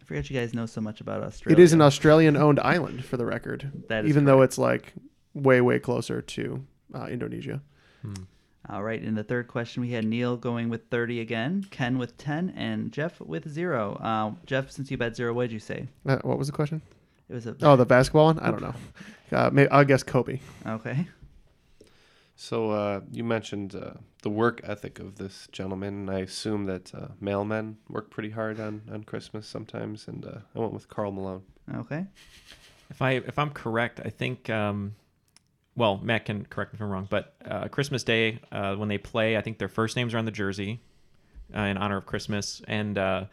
I forget you guys know so much about Australia.
It is an Australian-owned island, for the record,
That is
even though it's like way way closer to uh, Indonesia.
Hmm.
All right. In the third question, we had Neil going with 30 again, Ken with 10, and Jeff with zero. Uh, Jeff, since you bet zero, what did you say?
Uh, what was the question?
It was a.
Oh, the basketball one. I don't know. Uh, maybe I'll guess Kobe.
Okay.
So uh, you mentioned uh, the work ethic of this gentleman, and I assume that uh, mailmen work pretty hard on, on Christmas sometimes, and uh, I went with Carl Malone.
Okay.
If I if I'm correct, I think um, well Matt can correct me if I'm wrong, but uh, Christmas Day uh, when they play, I think their first names are on the jersey uh, in honor of Christmas. And uh,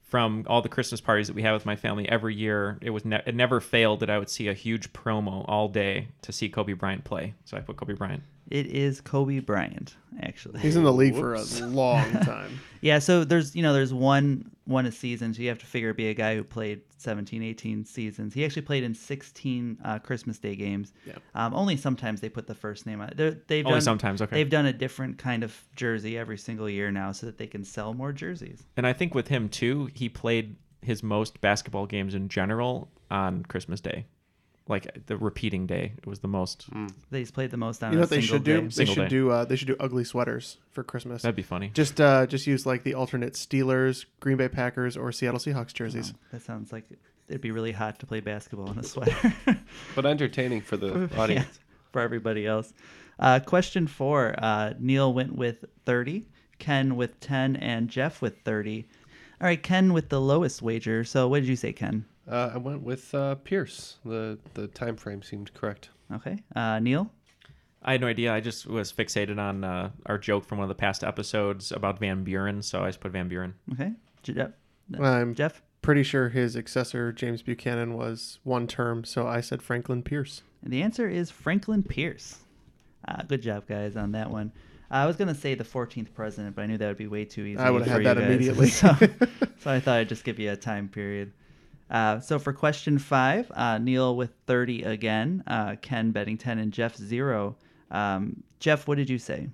from all the Christmas parties that we have with my family every year, it was ne- it never failed that I would see a huge promo all day to see Kobe Bryant play. So I put Kobe Bryant.
It is Kobe Bryant, actually.
He's in the league for a long time.
yeah, so there's, you know, there's one one a season, so you have to figure it'd be a guy who played 17, 18 seasons. He actually played in 16 uh, Christmas Day games.
Yeah.
Um, only sometimes they put the first name on. They're, they've
Only
done,
sometimes, okay.
They've done a different kind of jersey every single year now, so that they can sell more jerseys.
And I think with him too, he played his most basketball games in general on Christmas Day. Like the repeating day, it was the most.
They've played the most on.
You know
a
what they
single
should do?
day.
They should do. Uh, they should do ugly sweaters for Christmas.
That'd be funny.
Just uh, just use like the alternate Steelers, Green Bay Packers, or Seattle Seahawks jerseys.
That sounds like it'd be really hot to play basketball in a sweater.
But entertaining for the
Yeah,
audience.
for everybody else. Uh, question four uh, Neil went with 30, Ken with 10, and Jeff with 30. All right, Ken with the lowest wager. So what did you say, Ken?
Uh, I went with uh, Pierce. The the time frame seemed correct.
Okay. Uh, Neil?
I had no idea. I just was fixated on uh, our joke from one of the past episodes about Van Buren, so I just put Van Buren.
Okay. Jeff?
I'm
Jeff.
Pretty sure his successor James Buchanan was one term, so I said Franklin Pierce.
And the answer is Franklin Pierce. Uh, good job, guys, on that one. I was going to say the 14th president, but I knew that would be way too easy.
I would've
for
had
you
that
guys.
immediately.
so, so I thought I'd just give you a time period. Uh, so for question five, uh, Neil with 30 again, uh, Ken betting 10, and Jeff zero. Um, Jeff, what did you say?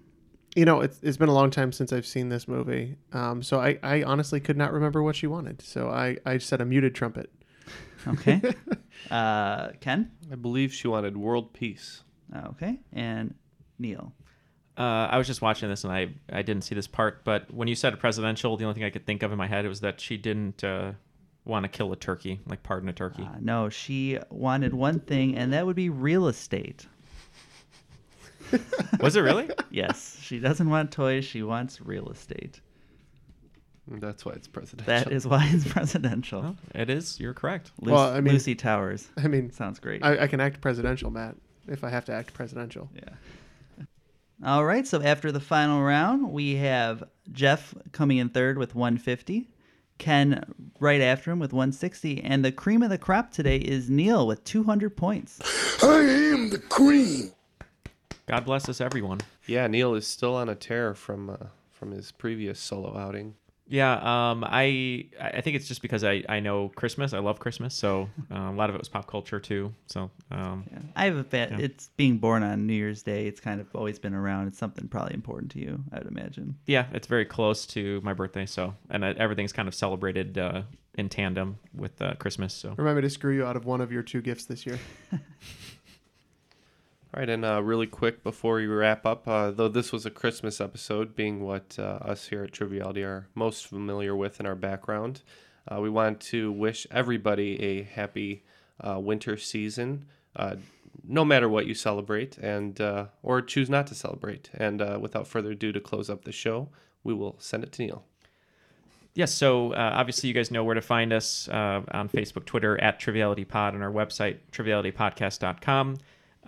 You know, it's, it's been a long time since I've seen this movie, um, so I, I honestly could not remember what she wanted. So I, I said a muted trumpet.
Okay. uh, Ken?
I believe she wanted world peace.
Okay. And Neil?
Uh, I was just watching this and I, I didn't see this part, but when you said presidential, the only thing I could think of in my head was that she didn't uh, want to kill a turkey, like pardon a turkey.
Ah, No, she wanted one thing, and that would be real estate.
was it really?
Yes. She doesn't want toys. She wants real estate.
That's why it's presidential.
That is why it's presidential.
it is. You're correct.
Lucy, Lucy Towers.
I mean,
sounds great.
I, I can act presidential, Matt, if I have to act presidential.
Yeah. All right. So after the final round, we have Jeff coming in third with 150, Ken right after him with 160, and the cream of the crop today is Neil with 200 points.
I am the cream.
God bless us, everyone.
Yeah, Neil is still on a tear from uh, from his previous solo outing.
Yeah, um, I I think it's just because I, I know Christmas. I love Christmas, so uh, a lot of it was pop culture too. So um,
I have a bet
Yeah.
it's being born on New Year's Day. It's kind of always been around. It's something probably important to you, I would imagine.
yeah, it's very close to my birthday. So and uh, everything's kind of celebrated uh, in tandem with uh, Christmas. So
Remind me to screw you out of one of your two gifts this year.
All right, and uh, really quick before we wrap up, uh, though this was a Christmas episode, being what uh, us here at Triviality are most familiar with in our background, uh, we want to wish everybody a happy uh, winter season, uh, no matter what you celebrate and uh, or choose not to celebrate. And uh, without further ado, to close up the show, we will send it to Neil.
Yes, so uh, obviously you guys know where to find us uh, on Facebook, Twitter, at Triviality Pod, and our website, trivialitypodcast.com.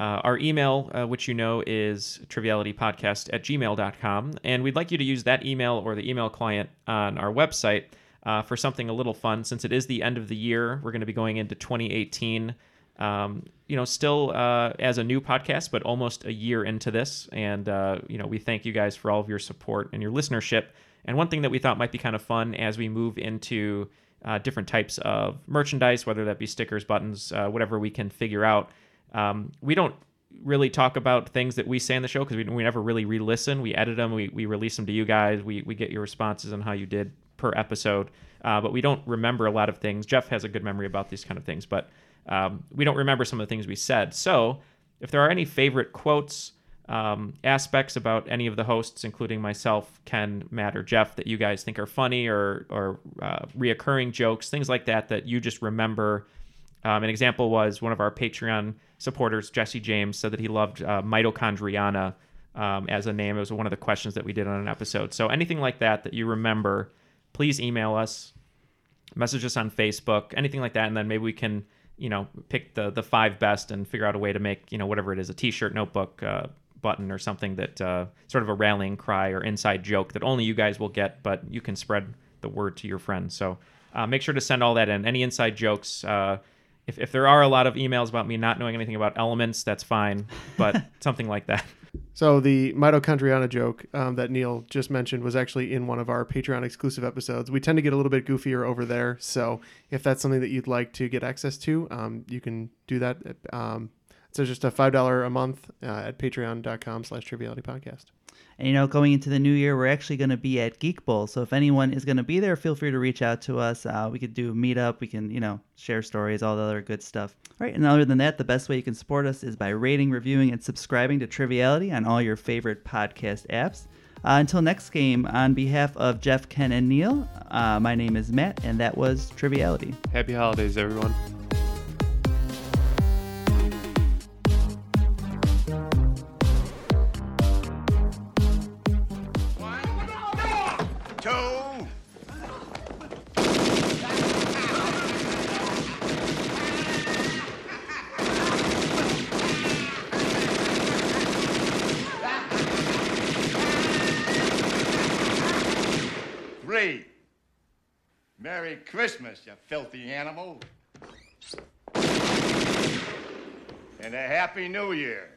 Uh, our email, uh, which you know is trivialitypodcast at gmail.com. And we'd like you to use that email or the email client on our website uh, for something a little fun. Since it is the end of the year, we're going to be going into 2018 um, you know, still uh, as a new podcast, but almost a year into this. And, uh, you know, we thank you guys for all of your support and your listenership. And one thing that we thought might be kind of fun as we move into uh, different types of merchandise, whether that be stickers, buttons, uh, whatever we can figure out, um, we don't really talk about things that we say in the show because we, we never really re-listen. We edit them, we, we release them to you guys. We, we get your responses on how you did per episode, uh, but we don't remember a lot of things. Jeff has a good memory about these kind of things, but um, we don't remember some of the things we said. So if there are any favorite quotes, um, aspects about any of the hosts, including myself, Ken, Matt, or Jeff, that you guys think are funny or or uh, reoccurring jokes, things like that that you just remember um, an example was one of our Patreon supporters, Jesse James, said that he loved uh, mitochondriana um, as a name. It was one of the questions that we did on an episode. So anything like that that you remember, please email us, message us on Facebook, anything like that, and then maybe we can, you know, pick the the five best and figure out a way to make you know whatever it is a T-shirt, notebook, uh, button, or something that uh, sort of a rallying cry or inside joke that only you guys will get, but you can spread the word to your friends. So. Uh, make sure to send all that in. Any inside jokes, uh, if, if there are a lot of emails about me not knowing anything about elements, that's fine, but something like that.
So the mitochondriana joke um, that Neil just mentioned was actually in one of our Patreon exclusive episodes. We tend to get a little bit goofier over there, so if that's something that you'd like to get access to, um, you can do that. Um, so just a five dollar a month uh, at Patreon.com/slash Triviality Podcast.
And you know, going into the new year, we're actually going to be at Geek Bowl. So if anyone is going to be there, feel free to reach out to us. Uh, we could do a meetup. We can, you know, share stories, all the other good stuff. All right. And other than that, the best way you can support us is by rating, reviewing, and subscribing to Triviality on all your favorite podcast apps. Uh, until next game, on behalf of Jeff, Ken, and Neil, uh, my name is Matt, and that was Triviality.
Happy holidays, everyone.
Two.
Three. Merry Christmas, you filthy animal. And a Happy New Year.